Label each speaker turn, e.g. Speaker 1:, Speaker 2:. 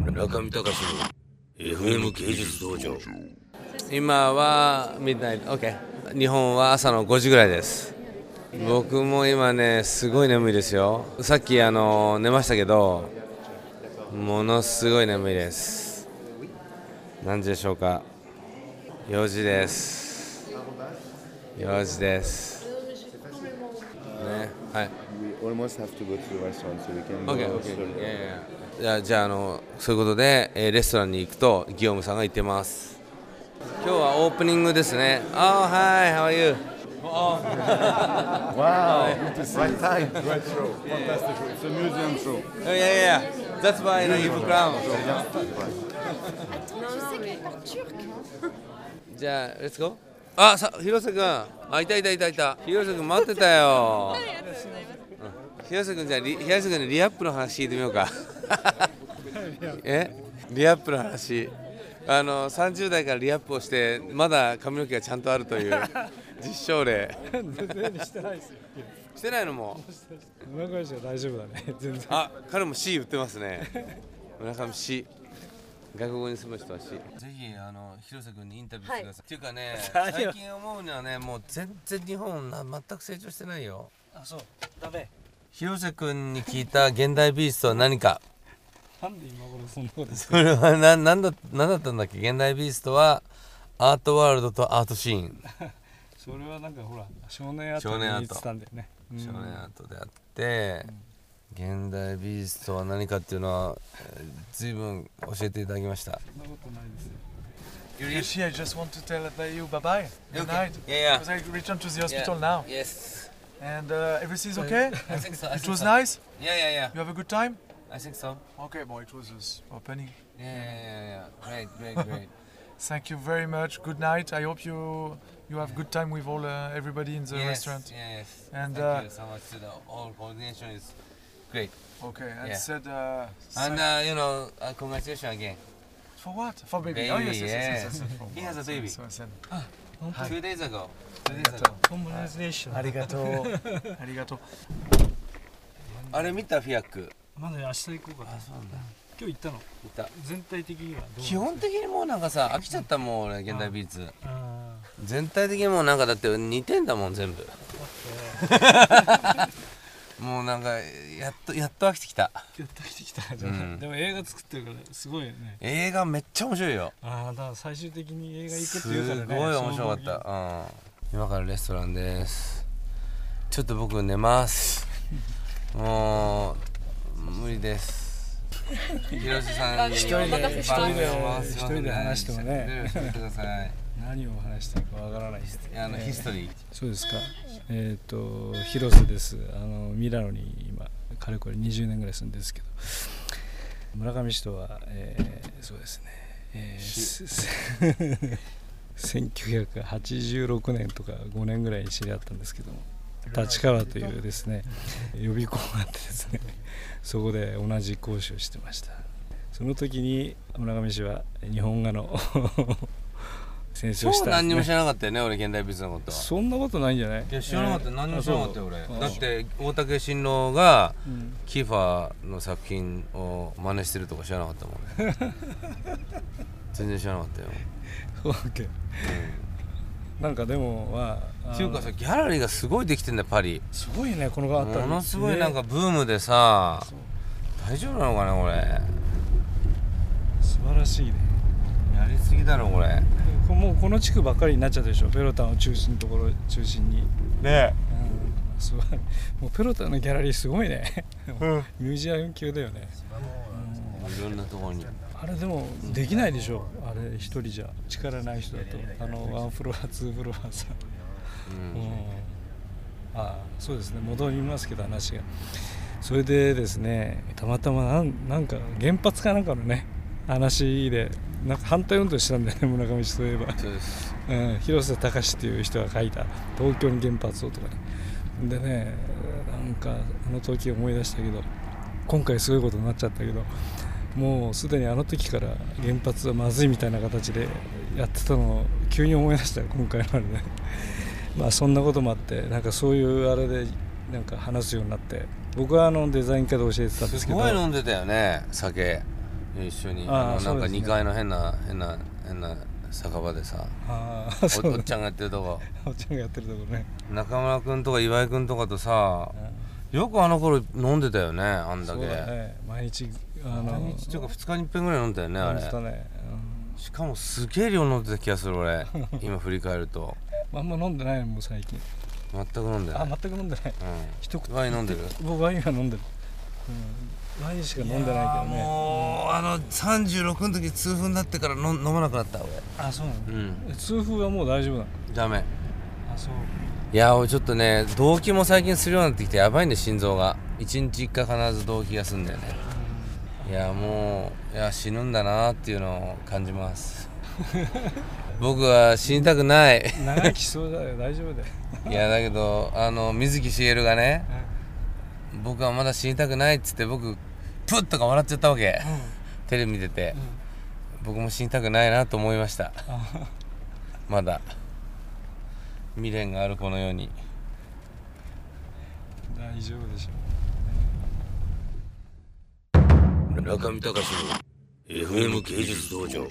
Speaker 1: 村上隆の FM 芸術道場
Speaker 2: 今はミッドナイト、OK、日本は朝の5時ぐらいです僕も今ねすごい眠いですよさっきあの寝ましたけどものすごい眠いです何時でしょうか4時です4時ですねはい
Speaker 3: We almost have to go to the restaurant so we can go
Speaker 2: OK
Speaker 3: slowly.
Speaker 2: OK いやいやじゃあじゃああのそういうことで、えーレストランに行くとギオムさんが言ってます今日はオープニングですね Oh hi how are you
Speaker 3: Wow, good to see right time. Great show. Fantastic show. It's a museum show.
Speaker 2: Oh, yeah, yeah, yeah. That's why I know you from Crown. j a let's go. あ、さ、広瀬くん。あ、いたいたいたいた。広瀬くん待ってたよ。うん広瀬くんじゃあリ、広瀬くんにリアップの話聞いてみようか。 え、リアップの話。あの30代からリアップをしてまだ髪の毛がちゃんとあると いう実証例
Speaker 4: 全然してないですよ。
Speaker 2: してないのも
Speaker 4: 村上氏は大丈夫だね。全然。
Speaker 2: あ、彼も C 売ってますね。村上 C。外国語に住む人は C。ぜひあの広瀬君にインタビューしてください。っていうかね、最近思うのはね、もう全然日本な全く成長してないよ。
Speaker 4: あ、そう。ダメ。
Speaker 2: 広瀬君に聞いた現代美術とは何か。
Speaker 4: なんで今頃そんなことです
Speaker 2: それはななんだなんだったんだっけ？現代美術とはアートワールドとアートシーン。
Speaker 4: それはなんかほら、少年アー
Speaker 2: 少
Speaker 4: ト
Speaker 2: 年
Speaker 4: に
Speaker 2: アート
Speaker 4: 言ってたんだよね。うん
Speaker 2: 少年アートであって、現代美術とは何かっていうのは、えー、随分教えていただきました。
Speaker 4: そんなことないですよ。
Speaker 5: Yoshi, I just want to tell about you bye bye. Good night.
Speaker 2: Yeah, yeah.
Speaker 5: Because I returned to the hospital now.
Speaker 2: Yes.
Speaker 5: And uh, everything's okay?
Speaker 2: I think so. I
Speaker 5: it
Speaker 2: think
Speaker 5: was
Speaker 2: so.
Speaker 5: nice?
Speaker 2: Yeah, yeah, yeah.
Speaker 5: You have a good time?
Speaker 2: I think so.
Speaker 5: Okay, well, it was just opening.
Speaker 2: Yeah, yeah, yeah, yeah. Great, great, great.
Speaker 5: Thank you very much. Good night. I hope you you have good time with all uh, everybody in the
Speaker 2: yes,
Speaker 5: restaurant.
Speaker 2: Yes.
Speaker 5: And,
Speaker 2: thank
Speaker 5: uh,
Speaker 2: you so much to the all coordination is great.
Speaker 5: Okay, and
Speaker 2: Yeah.
Speaker 5: said uh,
Speaker 2: And
Speaker 5: thank-
Speaker 2: uh, you know, uh, congratulations again.
Speaker 5: for what? For baby. oh
Speaker 2: Baby,
Speaker 5: yes, yes, yes,
Speaker 2: yeah.
Speaker 5: yes, yes, yes, for
Speaker 2: He
Speaker 5: what?
Speaker 2: has a baby.
Speaker 5: So I said,
Speaker 2: Two days ago. Two days ago.
Speaker 5: arigato,
Speaker 4: コンボレーション。
Speaker 5: arigato, arigato.
Speaker 2: あれ見たフィアック。
Speaker 4: まだ明日行こうかな。
Speaker 2: そうなんだ。
Speaker 4: 今日行ったの。
Speaker 2: 見た。
Speaker 4: 全体的にはどう。
Speaker 2: 基本的にもうなんかさ飽きちゃったもん俺現代美術。
Speaker 4: あ
Speaker 2: 全体的にもうなんかだって似てんだもん全部。 もうなんかやっとやっと飽きてきた。
Speaker 4: ーやっと来てきた。じ
Speaker 2: う
Speaker 4: ゃ
Speaker 2: ん
Speaker 4: あでも映画作ってるからすごいよね。
Speaker 2: 映画めっちゃ面白いよ。
Speaker 4: ああ、だから最終的に映画行くっ
Speaker 2: す
Speaker 4: ていうからね。
Speaker 2: ごい面白かった、うん、今からレストランですちょっと僕寝 ますもう無理です広瀬さん に一人で
Speaker 4: 一人で話してもね
Speaker 2: 一人で話してください
Speaker 4: その場に。何を話したいかわからないです。
Speaker 2: あのヒストリー
Speaker 4: そうですか。えっ、と広瀬です。あのミラノに今かれこれ20年ぐらい住んでるんですけど、村上氏とは、えーそうですね。えーすす1986年とか5年ぐらいに知り合ったんですけども立川というですね予備校があってですねそこで同じ講師をしてましたその時に村上氏は日本画の 先生をし
Speaker 2: 超
Speaker 4: たん
Speaker 2: 何
Speaker 4: で
Speaker 2: に
Speaker 4: す
Speaker 2: も
Speaker 4: ね
Speaker 2: 知らなかったよね俺現代美術のことは
Speaker 4: そんなことないんじゃない
Speaker 2: いや知らなかったよ何にも知らなかったよ俺
Speaker 4: あそう
Speaker 2: だって大竹新郎が
Speaker 4: うん
Speaker 2: キーファーの作品を真似してるとか知らなかったもんね 全然知らなかったよ
Speaker 4: そうだっけなんかでもまあ
Speaker 2: っていうか
Speaker 4: あ
Speaker 2: さ
Speaker 4: の
Speaker 2: ギャラリーがすごいできてんだよパリ
Speaker 4: すごいねこのがあった
Speaker 2: ものすごいなんか
Speaker 4: か
Speaker 2: ブームでさ
Speaker 4: そう
Speaker 2: 大丈夫なのかなこれ
Speaker 4: 素晴らしいね
Speaker 2: やりすぎだろこれ
Speaker 4: こもうこの地区ばっかりになっちゃったでしょペロタンを中心のところ中心に
Speaker 2: ね
Speaker 4: うんすごいもうペロタンのギャラリーすごいねミュージアム級だよね
Speaker 2: いろんなところに
Speaker 4: あれでもできないでしょあれ一人じゃ力ない人だとあのワンフロアツーフロアさうんああそうですね戻りますけど話がそれでですねたまたまなんなんか原発かなんかのね話でなんか反対運動したんだよね村上氏といえば、
Speaker 2: そうです
Speaker 4: うん、広瀬隆っていう人が書いた「東京に原発を」とかねでねなんかあの時思い出したけど今回すごいことになっちゃったけどもうすでにあの時から原発はまずいみたいな形でやってたのを急に思い出したよ今回のあれで、 まあそんなこともあってなんかそういうあれでなんか話すようになって僕はあのデザイン科で教えてたんです
Speaker 2: す
Speaker 4: けど
Speaker 2: ごい飲んでたよね酒一緒に
Speaker 4: あー
Speaker 2: あの
Speaker 4: そ
Speaker 2: な
Speaker 4: うんで
Speaker 2: か
Speaker 4: すね
Speaker 2: 2階の変な変な変な酒場でさ
Speaker 4: ああ そ
Speaker 2: お
Speaker 4: う
Speaker 2: おっ
Speaker 4: だ
Speaker 2: ちゃんがやってるとこ
Speaker 4: おっちゃんがやってるところね
Speaker 2: 中村君とか岩井君とかとさよくあの頃飲んでたよねあんだ
Speaker 4: そ
Speaker 2: け
Speaker 4: うだね毎日あの
Speaker 2: 毎日というか2日に1遍ぐらい飲んだよねあ
Speaker 4: 感
Speaker 2: れ
Speaker 4: じたね、うん
Speaker 2: しかもすげえ量飲んでた気がする 俺今振り返ると
Speaker 4: まああんま飲んでないのもう最近
Speaker 2: 全く飲んでな
Speaker 4: あ
Speaker 2: い、
Speaker 4: 全く飲んでない一口
Speaker 2: うん、ワイン飲んでる
Speaker 4: 僕ワインは飲んでる、うん、ワインしか飲んでないけどね
Speaker 2: もうあの36の時痛風になってから飲飲まなくなった俺
Speaker 4: あそうなの、
Speaker 2: うん
Speaker 4: え痛風はもう大丈夫なの
Speaker 2: ダメ
Speaker 4: あそう
Speaker 2: いや俺ちょっとね動悸も最近するようになってきてやばいんで心臓が一日一回必ず動悸がするんだよねいやもういや死ぬんだなっていうのを感じます 僕は死にたくない
Speaker 4: 長生きしそうだよ大丈夫だよ
Speaker 2: いやだけどあの水木しげるがね、僕はまだ死にたくないっつって僕プッとか笑っちゃったわけ、テレビ見てて、僕も死にたくないなと思いましたまだ未練があるこの世に
Speaker 4: 大丈夫でしょ
Speaker 1: 中見隆の FM 芸術道場